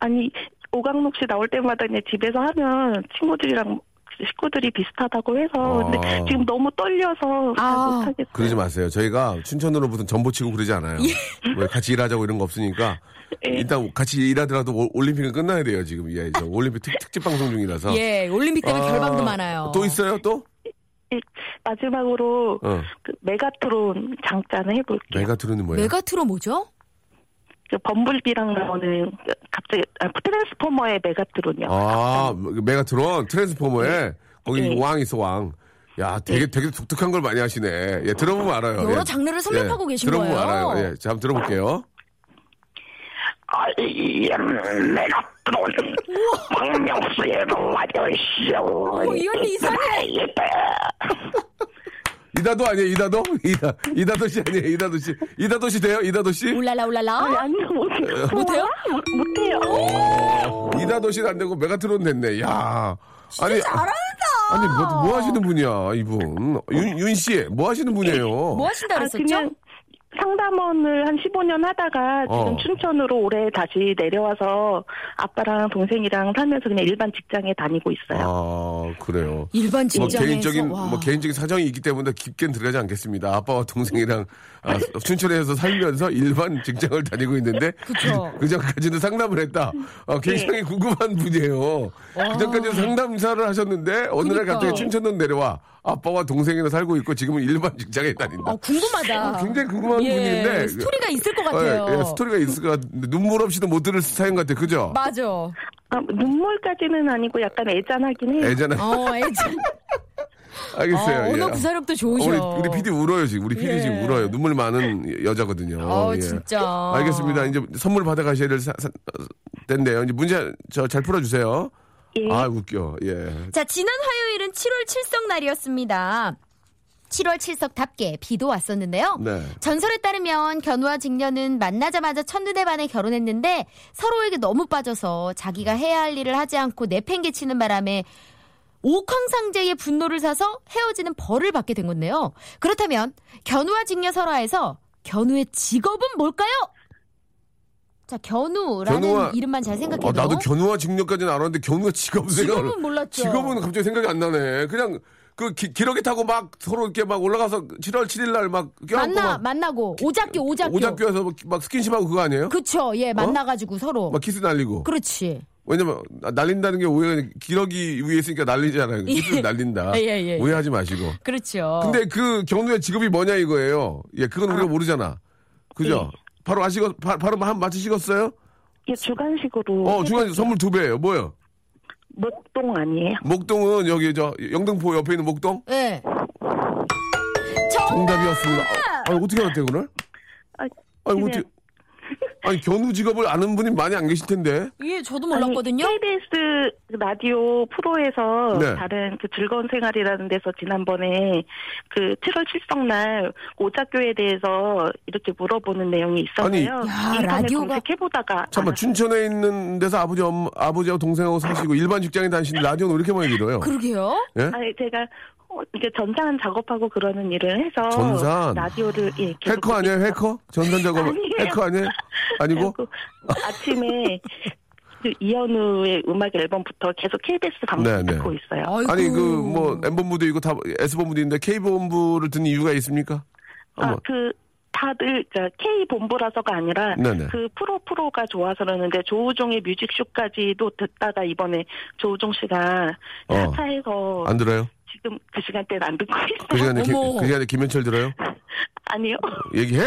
아니 오강록 씨 나올 때마다 그냥 집에서 하면 친구들이랑 식구들이 비슷하다고 해서 어, 근데
아.
지금 너무 떨려서 잘
아.
못하겠어요.
그러지 마세요. 저희가 춘천으로 무슨 전보 치고 그러지 않아요.
예.
뭐 같이 일하자고 이런 거 없으니까.
예.
일단 같이 일하더라도 올- 올림픽은 끝나야 돼요, 지금. 예, 저 올림픽 특, 특집 방송 중이라서.
예, 올림픽 때문에
아,
결방도 많아요.
또 있어요, 또?
예, 마지막으로
어.
그 메가트론 장단을 해볼게요.
메가트론이 뭐예요?
메가트로 뭐죠?
그 범블비랑 나오는 그 갑자기 아, 트랜스포머의 메가트론이요.
아, 메가트론
네.
트랜스포머에 거기
예.
왕 있어, 왕. 야, 되게 되게 독특한 걸 많이 하시네. 예, 들어보면 알아요.
여러
예.
장르를 섭렵하고
예,
계신
들어보면
거예요.
알아요. 예, 자, 한번 들어볼게요.
I am 메가트론 박명수의
어,
라디오쇼
이 언니 이상해.
이다도 아니에요, 이다도? 이다, 이다도 씨 아니에요, 이다도 씨. 이다도 씨 돼요, 이다도 씨?
울랄라
네.
아니,
울랄라.
아니 뭐, 못해요.
못해요?
못- 못해요.
어, 이다도 씨는 안 되고 메가트론 됐네, 야 아니,
잘한다.
아니, 뭐, 뭐 하시는 분이야, 이분. 윤, 윤 씨, 뭐 하시는 분이에요?
뭐 하신다
아,
그랬었죠?
그냥 상담원을 한 15년 하다가
어.
지금 춘천으로 올해 다시 내려와서 아빠랑 동생이랑 살면서 그냥 일반 직장에 다니고 있어요.
아, 그래요.
일반
뭐
직장에서
개인적인
와.
뭐 개인적인 사정이 있기 때문에 깊게는 들어가지 않겠습니다. 아빠와 동생이랑 아, 춘천에서 살면서 일반 직장을 다니고 있는데
그쵸. 네.
그 전까지는 상담을 했다. 어, 굉장히 궁금한 분이에요. 그 전까지는 상담사를 하셨는데 어느 날
그러니까.
갑자기 춘천으로 내려와 아빠와 동생이랑 살고 있고 지금은 일반 직장에 다닌다.
아, 궁금하다.
아, 굉장히 궁금한
예,
분인데 그
스토리가 있을 것
어,
같아요.
예, 스토리가 있을 것 같은데 눈물 없이도 못 들을 사연 같아. 그죠?
맞아. 어,
아, 눈물까지는 아니고 약간 애잔하긴 해요.
애잖아.
어, 애지.
알겠어요.
어,
예.
언어 구사력도 좋으셔.
우리 우리 PD 울어요 지금. 우리 PD
예.
지금 울어요. 눈물 많은 여자거든요.
어, 진짜.
예. 알겠습니다. 이제 선물 받아 가셔야 될 사- 사- 텐데요. 이제 문제 저 잘 풀어주세요. 아 웃겨. 예.
자, 지난 화요일은 7월 칠석 날이었습니다. 7월 칠석답게 비도 왔었는데요.
네.
전설에 따르면 견우와 직녀는 만나자마자 첫눈에 반해 결혼했는데 서로에게 너무 빠져서 자기가 해야 할 일을 하지 않고 내팽개치는 바람에 옥황상제의 분노를 사서 헤어지는 벌을 받게 된 건데요. 그렇다면 견우와 직녀 설화에서 견우의 직업은 뭘까요? 자, 견우라는
견우와-
이름만 잘 생각해도
아, 나도 견우와 직녀까지는 알았는데 견우가 직업 생각을
직업은 몰랐죠.
직업은 갑자기 생각이 안 나네. 그냥 그 기, 력에 타고 막 서로 이렇게 막 올라가서 7월 7일 날 막 껴안고
만나
막
만나고 오작교 오작교.
오작교에서 막, 막 스킨십하고 그거 아니에요?
그쵸 예 만나가지고 서로
막 키스 날리고.
그렇지
왜냐면 나- 날린다는 게 오히려 기러기 위에 있으니까 날리잖아요. 기술 날린다.
예, 예, 예.
오해하지 마시고.
그렇죠.
근데 그 경우의 직업이 뭐냐 이거예요. 예, 그건 우리가 모르잖아. 그죠?
예.
바로 아시고 바, 바로 한 맞히시겠어요?
이게 주간식으로
예.
어,
해서
중간 선물 두 배예요. 뭐요?
목동 아니에요?
목동은 여기 저 영등포 옆에 있는 목동
예 정...
정답이었습니다. 아, 니 어떻게 알았대 그걸?
아,
아니
그냥-
어떻게? 아니 견우 직업을 아는 분이 많이 안 계실 텐데.
예 저도
아니,
몰랐거든요.
KBS 라디오 프로에서
네.
다른 그 즐거운 생활이라는 데서 지난번에 그 7월 7석날 오작교에 대해서 이렇게 물어보는 내용이 있었어요.
아니,
야,
인터넷
라디오가-
검색해보다가
잠깐 만 춘천에 있는 데서 아버지 엄 아버지하고 동생하고 사시고 일반 직장인 다니시는 라디오는 왜 이렇게 많이
그러니까
들어요?
그러게요.
예?
아니 제가 어, 이게 전산 작업하고 그러는 일을 해서
전산?
라디오를 예, 계속
해커 아니에요? 해커? 전산작업
아니에요.
해커 아니에요? 아니고?
그래갖고 아침에 그 이현우의 음악 앨범부터 계속 KBS 방송
네, 네.
듣고 있어요.
아이고.
아니 그 뭐 M본부도 있고 다 S본부도 있는데 K본부를 듣는 이유가 있습니까?
아,
한번.
그 다들 그러니까 K 본부라서가 아니라
네네.
그 프로 프로가 좋아서 그러는데 조우종의 뮤직쇼까지도 듣다가 이번에 조우종 씨가
어.
차에서
안 들어요?
지금 그 시간대는 안 듣고 있어요.
그 시간에 김,
어머.
그 시간에 김현철 들어요?
아니요.
얘기해!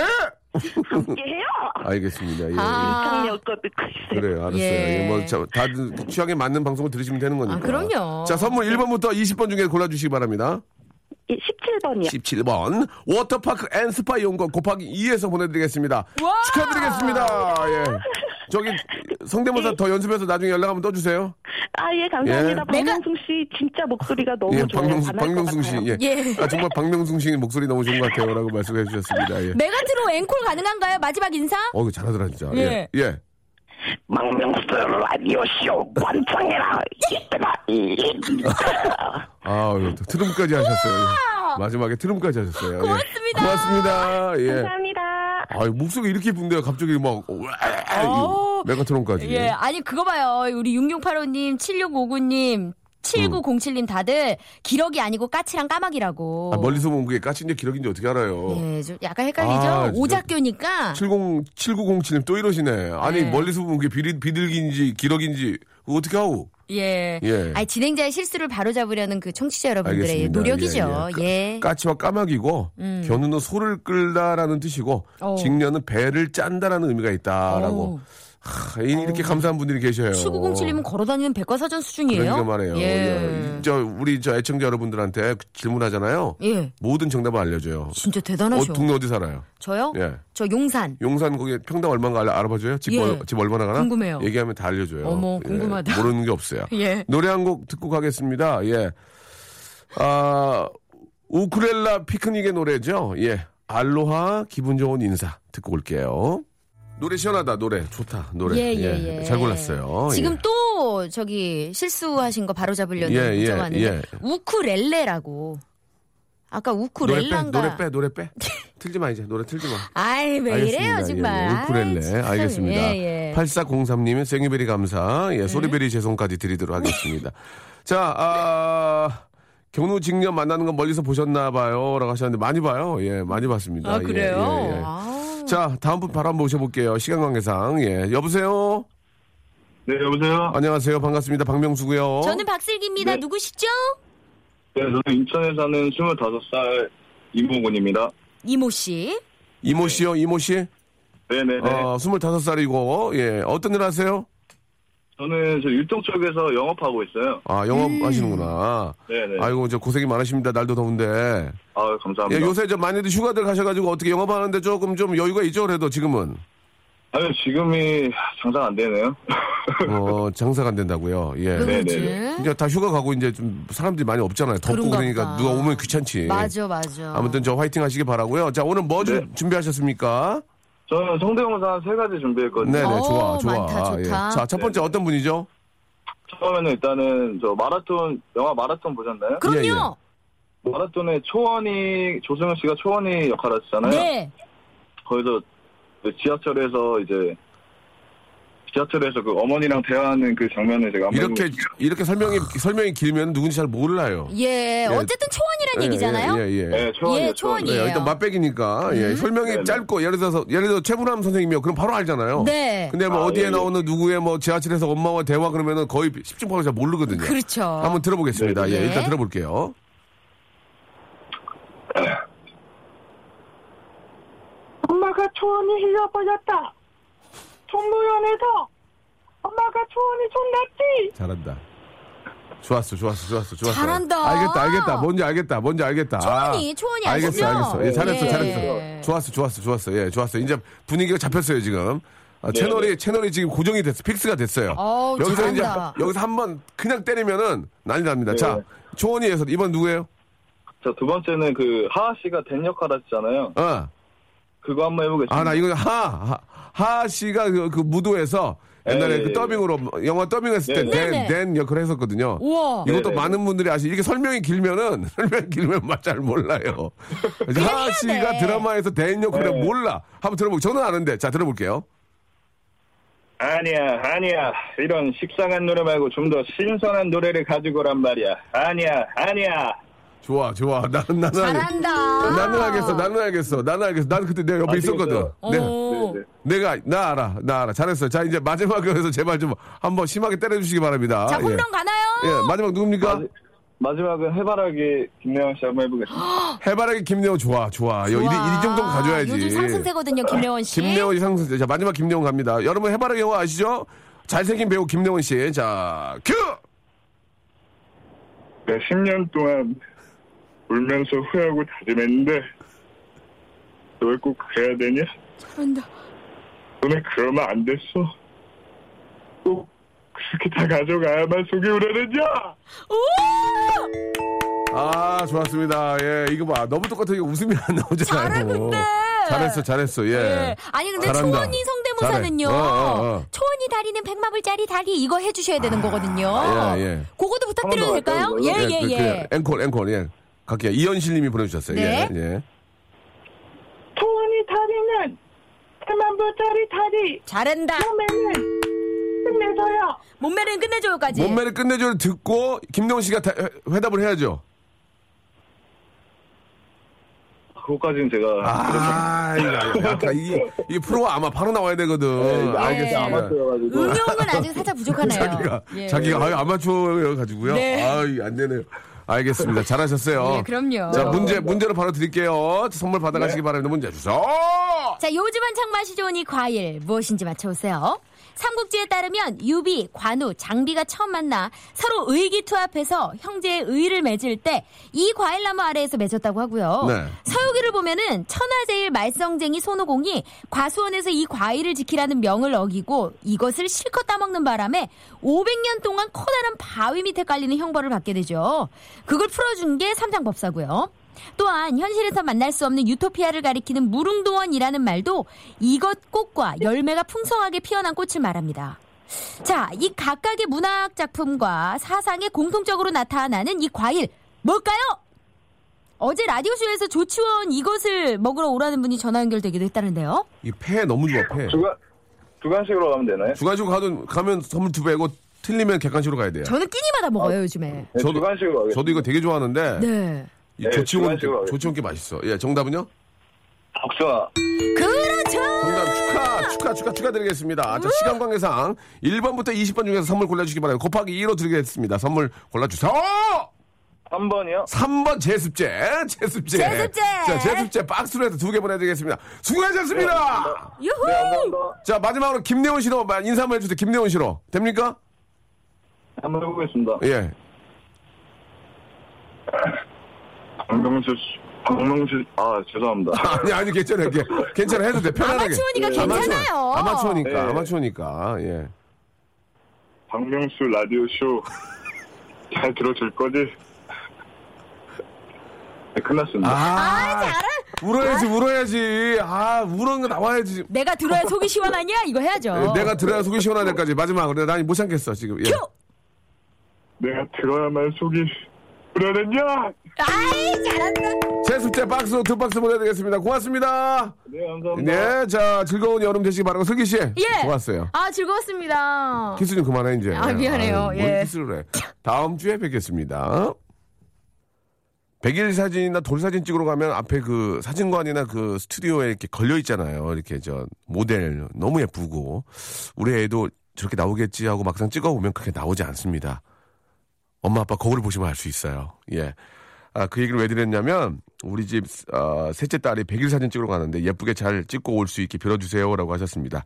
예요.
알겠습니다. 예, 예.
아.
청년 거 듣고 있어요.
그래요, 알았어요.
예.
예, 뭐, 자, 다들 취향에 맞는 방송을 들으시면 되는 거니까.
아, 그럼요.
자, 선물 1번부터 20번 중에 골라주시기 바랍니다.
예, 17번이요.
17번. 워터파크 앤 스파 이용권 곱하기 2에서 보내드리겠습니다.
와!
축하드리겠습니다. 예. 저기,
예.
성대모사 더 연습해서 나중에 연락하면 떠주세요.
아, 예, 감사합니다.
예.
박명승 씨 진짜 목소리가 너무
예,
좋아요.
박명수,
반할 것
박명수 씨.
같아요.
예.
예.
아, 정말 박명수 씨 목소리 너무 좋은 것 같아요. 라고 말씀해 주셨습니다.
네.
예.
메가트로 앵콜 가능한가요? 마지막 인사?
어, 이거 잘하더라, 진짜.
예.
예. 예.
박명수 라디오쇼 관창해라 이때가 이때가
아, 트름까지 하셨어요. 예. 마지막에 트름까지 하셨어요.
고맙습니다.
예. 고맙습니다. 예.
감사합니다.
아, 목소리 이렇게 이쁜데요. 갑자기 막, 어, 와,
어.
메가트론까지.
예.
아,
예, 아니 그거 봐요. 우리 6685님, 7659님, 7907님 다들 기러기 아니고 까치랑 까마귀라고.
음.
어.
아, 멀리서 본 그게 까치인지 기러기인지 어떻게 알아요?
네, 좀 약간 헷갈리죠?
아, 진짜.
오작교니까.
70, 7907님 또 이러시네. 아니,
아. 네.
멀리서 보면 그게 비리, 비둘기인지 기러기인지 그거 어떻게 하고?
예.
예.
아니, 진행자의 실수를 바로잡으려는 그 청취자 여러분들의
알겠습니다.
노력이죠. 예.
예, 까치와 까마귀고
음.
견우는 소를 끌다라는 뜻이고
오.
직녀는 배를 짠다라는 의미가 있다라고.
오.
하, 이-
어.
이렇게 감사한 분들이 계셔요.
7907님은 걸어다니는 백과사전 수준이에요.
그러니까 말이에요.
예.
예. 저 우리 저 애청자 여러분들한테 질문하잖아요.
예.
모든 정답을 알려줘요.
진짜
어,
대단하셔.
동네 어디 살아요?
저요?
예.
저 용산.
용산 거기 평당 얼마인가 알아, 봐줘요집,
예.
얼, 집 얼마나 가나?
궁금해요.
얘기하면 다 알려줘요.
어머, 궁금하다.
예, 모르는 게 없어요.
예.
노래 한 곡 듣고 가겠습니다. 예. 아, 우크렐라 피크닉의 노래죠. 예. 알로하 기분 좋은 인사 듣고 올게요. 노래 시원하다. 노래 좋다. 노래.
예, 예, 예.
네, 잘 골랐어요.
지금
예.
또 저기 실수하신 거 바로 잡으려는
예, 예,
문자가 왔는데
예.
우쿠렐레라고. 아까
노래 빼,
우쿠렐란가.
노래 빼, 노래 빼. 틀지 마 이제. 노래 틀지 마.
아이 왜 이래요
알겠습니다.
정말.
예, 예.
아이,
우쿨렐레
진짜.
알겠습니다.
예, 네. 예.
8403님의 생일베리 감사. 예, 소리베리 죄송까지 드리도록 하겠습니다. 자, 아, 경로 직녀 만나는 건 멀리서 보셨나 봐요. 라고 하셨는데 많이 봐요. 예, 많이 봤습니다.
아
예,
그래요.
예, 예.
아.
자, 다음 분 바로 한번 모셔볼게요. 시간 관계상. 예, 여보세요?
네, 여보세요?
안녕하세요. 반갑습니다. 박명수고요
저는 박슬기입니다. 누구시죠?
네, 저는 인천에 사는 25살 이모군입니다.
이모 씨.
이모 씨요, 이모 씨?
네네네.
어, 25살이고, 예, 어떤 일 하세요?
저는 저 율동 쪽에서 영업하고 있어요.
아, 영업
음.
하시는구나.
네네.
아이고, 저 고생이 많으십니다. 날도 더운데.
아,
예,
감사합니다.
요새 저 많이들 휴가들 가셔가지고 어떻게 영업하는데 조금 좀 여유가 있죠 그래도 지금은
아유, 지금이 장사 안 되네요.
어 장사가 안 된다고요. 예.
왜
네,
그러지?
네,
이제 다 휴가 가고 이제 좀 사람들이 많이 없잖아요. 덥고
그런가
그러니까
보다.
누가 오면 귀찮지.
맞아 맞아.
아무튼 저 화이팅 하시기 바라고요. 자 오늘 뭐 좀
네.
준비하셨습니까?
저는 성대모사 한 세 가지 준비했거든요.
네네
오,
좋아 좋아.
어,
예.
많다, 좋다.
자첫 번째
네.
어떤 분이죠?
처음에는 일단은 저 마라톤, 영화 마라톤 보셨나요?
그럼요.
예, 예.
마라톤에 초원이, 조승우 씨가 초원이 역할을 하셨잖아요.
네.
거기서 그 지하철에서 이제 지하철에서 그 어머니랑 대화하는 그 장면을 제가 한번
이렇게
해볼게요.
이렇게 설명이 설명이 길면 누군지 잘 몰라요.
예. 어쨌든 초원이란 얘기잖아요.
예, 예, 예.
네, 초원이요,
예, 초원이.
네, 일단 맛백이니까
음.
예, 설명이
네네.
짧고 예를 들어서 예를 들어 최불암 선생님이요 그럼 바로 알잖아요.
네.
근데 뭐
아,
어디에
예, 예.
나오는 누구의 뭐 지하철에서 엄마와 대화 그러면은 거의 10중 8구 잘 모르거든요.
그렇죠.
한번 들어보겠습니다.
네.
예, 일단 들어볼게요.
엄마가 초원이 흘려버렸다. 동물원에서 엄마가 초원이 존났지.
잘한다. 좋았어, 좋았어, 좋았어, 좋았어.
잘한다.
알겠다, 알겠다. 뭔지 알겠다, 뭔지 알겠다.
초원이, 초원이
알겠어,
아시죠?
알겠어. 예, 잘했어,
예.
잘했어. 좋았어, 좋았어, 좋았어. 예, 좋았어. 이제 분위기가 잡혔어요 지금. 아,
네,
채널이
네.
채널이 지금 고정이 됐어, 픽스가 됐어요.
어우,
여기서
잘한다.
이제 여기서 한번 그냥 때리면은 난리 납니다.
네.
자, 초원이에서 이번 누구예요?
자, 두 번째는 그 하하 씨가 댄 역할 하시잖아요.
어.
그거 한번 해보겠습니다.
아, 나 이거 하, 하, 하 씨가 그, 그 무도에서 옛날에
예, 예,
그
예.
더빙으로 영화 더빙했을 때
네,
댄,
네.
댄 역할을 했었거든요.
우와.
이것도
네, 네.
많은 분들이 아시, 이게 설명이 길면은, 설명이 길면 맛 잘 몰라요. 하
해야
씨가
돼.
드라마에서 댄 역할을
네.
몰라. 한번 들어볼게요. 저는 아는데. 자, 들어볼게요.
아니야, 아니야. 이런 식상한 노래 말고 좀 더 신선한 노래를 가지고 오란 말이야. 아니야, 아니야.
좋아, 좋아. 나는, 나는.
잘한다.
나는 알겠어, 나는 알겠어, 나는 알겠어. 나는 그때 내가 옆에
아,
있었거든.
진짜요?
네.
오.
네, 네.
내가, 나 알아, 나 알아. 잘했어. 자, 이제 마지막으로 해서 제발 좀 한번 심하게 때려주시기 바랍니다.
자,
예.
홈런 가나요?
예, 마지막 누굽니까?
마지- 마지막은 해바라기 김래영 씨 한번 해보겠습니다.
해바라기 김내원 좋아 좋아, 이, 이,
좋아.
이 정도는 가져야지
요즘 상승세거든요, 김래원 씨.
김내원이 상승세 자 마지막 김내원 갑니다 여러분 해바라기 영화 아시죠? 잘생긴 배우 김내원 씨자 큐!
네, 10년 동안 울면서 후회하고 다짐했는데 널 꼭 그래야 되냐?
잘한다.
너네 그러면 안 됐어. 꼭 그렇게 다 가져가야만 속이 우려내냐?
오!
아 좋았습니다 예 이거 봐 너무 똑같아 이거 웃음이 안 나오잖아요
잘해, 근데.
잘했어 잘했어 예,
예. 아니 근데
잘한다.
초원이 성대모사는요.
잘해. 어, 어, 어.
초원이 다리는 백마불짜리 다리 이거 해주셔야 되는 거거든요.
예, 예.
그거도 부탁드려도
한번더
될까요?
할까요,
예예 예.
그, 그, 앵콜 앵콜 예 갈게요 이현실님이 보내주셨어요
네.
예, 예.
초원이 다리는 3만 불짜리 다리.
잘한다.
몸에는 끝내줘요.
몸매는 끝내줘요까지.
몸매를 끝내줘를 듣고 김동훈 씨가 다- 회- 회답을 해야죠.
그것까지는 제가
아, 이거 아니- 약간 이, 이 프로가 아마 바로 나와야 되거든. 알겠습니다.
아마추어가지고
응용은 아직 살짝 부족하나요?
자기가
예.
자기가 아유 아마추어 가지고요.
네.
아유 안 되네요. 알겠습니다. 잘하셨어요.
예, 그럼요.
자 문제 문제로 바로 드릴게요. 선물 받아가시기
네.
바랍니다. 문제 주세요.
자, 요즘 한창 맛이 좋은 이 과일 무엇인지 맞춰보세요. 삼국지에 따르면 유비, 관우, 장비가 처음 만나 서로 의기투합해서 형제의 의를 맺을 때 이 과일나무 아래에서 맺었다고 하고요.
네.
서유기를 보면은 천하제일 말썽쟁이 손오공이 과수원에서 이 과일을 지키라는 명을 어기고 이것을 실컷 따먹는 바람에 500년 동안 커다란 바위 밑에 깔리는 형벌을 받게 되죠. 그걸 풀어준 게 삼장법사고요. 또한 현실에서 만날 수 없는 유토피아를 가리키는 무릉도원이라는 말도 이것 꽃과 열매가 풍성하게 피어난 꽃을 말합니다. 자, 이 각각의 문학 작품과 사상에 공통적으로 나타나는 이 과일 뭘까요? 어제 라디오쇼에서 조치원 이것을 먹으러 오라는 분이 전화 연결되기도 했다는데요.
이 폐 너무 좋아 폐.
주간 주간식으로 가면 되나요?
주간식으로 가면 가면 선물 두 배고 틀리면 객관식으로 가야 돼요.
저는 끼니마다 먹어요, 요즘에.
네,
저도-
주간식으로 가겠습니다.
저도 이거 되게 좋아하는데
네.
이
네,
조치원
주간식으로 가겠습니다.
조치원 게 맛있어. 예 정답은요?
복숭아
그렇죠!
네,
정답 축하 축하 축하 축하드리겠습니다. 자 시간 관계상 1번부터 20번 중에서 선물 골라주시기 바랍니다. 곱하기 2로 드리겠습니다. 선물 골라주세요.
3번이요?
3번 제습제, 제습제.
제습제.
자, 제습제 박스로 해서 두 개 보내드리겠습니다. 수고하셨습니다.
유후!
네, 감사합니다.
자, 마지막으로 김내원 씨로 마- 인사 한번 해주세요. 김내원 씨로. 됩니까?
한번 해보겠습니다.
예.
박명수 씨, 박명수 씨- 아 죄송합니다.
아니, 아니, 괜찮아요. 이게 괜찮아. 해도 돼. 편안하게. 예,
아마추어니까 괜찮아요.
아마추어, 니까
네.
아마추어니까. 예.
박명수 라디오 쇼 잘 들어줄 거지? 네, 끝났습니다.
아, 울어야지, 울어야지. 아, 우는 거 나와야지.
내가 들어야 속이 시원하냐? 이거 해야죠.
예, 내가 들어야 속이 시원한 데까지. 마지막으로. 난 못 참겠어, 지금. 예.
큐!
내가 들어야만 속이 불안했냐?
아이, 잘한다.
제습제 박스로 두 박스 보내드리겠습니다. 고맙습니다.
네 감사합니다.
네, 자, 즐거운 여름 되시기 바라고. 슬기 씨.
예.
고맙어요.
아, 즐거웠습니다.
키스 좀 그만해 이제.
아, 미안해요.
아유,
예.
뭘 키스를 해. 다음 주에 뵙겠습니다. 백일 사진이나 돌 사진 찍으러 가면 앞에 그 사진관이나 그 스튜디오에 이렇게 걸려 있잖아요. 이렇게 저 모델 너무 예쁘고 우리 애도 저렇게 나오겠지 하고 막상 찍어 보면 그렇게 나오지 않습니다. 엄마 아빠 거울 보시면 알 수 있어요. 예. 아, 그 얘기를 왜 드렸냐면 우리 집 어, 셋째 딸이 백일 사진 찍으러 가는데 예쁘게 잘 찍고 올 수 있게 빌어주세요라고 하셨습니다.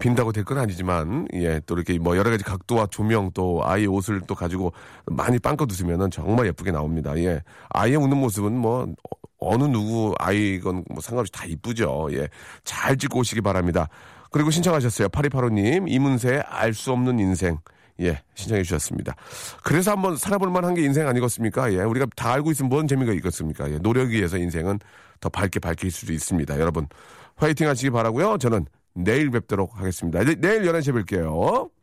빈다고 될 건 아니지만 예 또 이렇게 뭐 여러 가지 각도와 조명 또 아이 옷을 또 가지고 많이 빵꿔 두시면은 정말 예쁘게 나옵니다. 예 아이의 웃는 모습은 뭐 어- 어느 누구 아이건 뭐 상관없이 다 이쁘죠. 예잘 찍고 오시기 바랍니다. 그리고 신청하셨어요. 8285님 이문세의 알 수 없는 인생 예 신청해 주셨습니다. 그래서 한번 살아볼 만한 게 인생 아니겠습니까? 예 우리가 다 알고 있으면 뭔 재미가 있겠습니까? 예 노력에 의해서 인생은 더 밝게 밝힐 수도 있습니다. 여러분 화이팅 네, 하시기 바라고요. 저는 내일 뵙도록 하겠습니다. 내- 내일 11시에 뵐게요.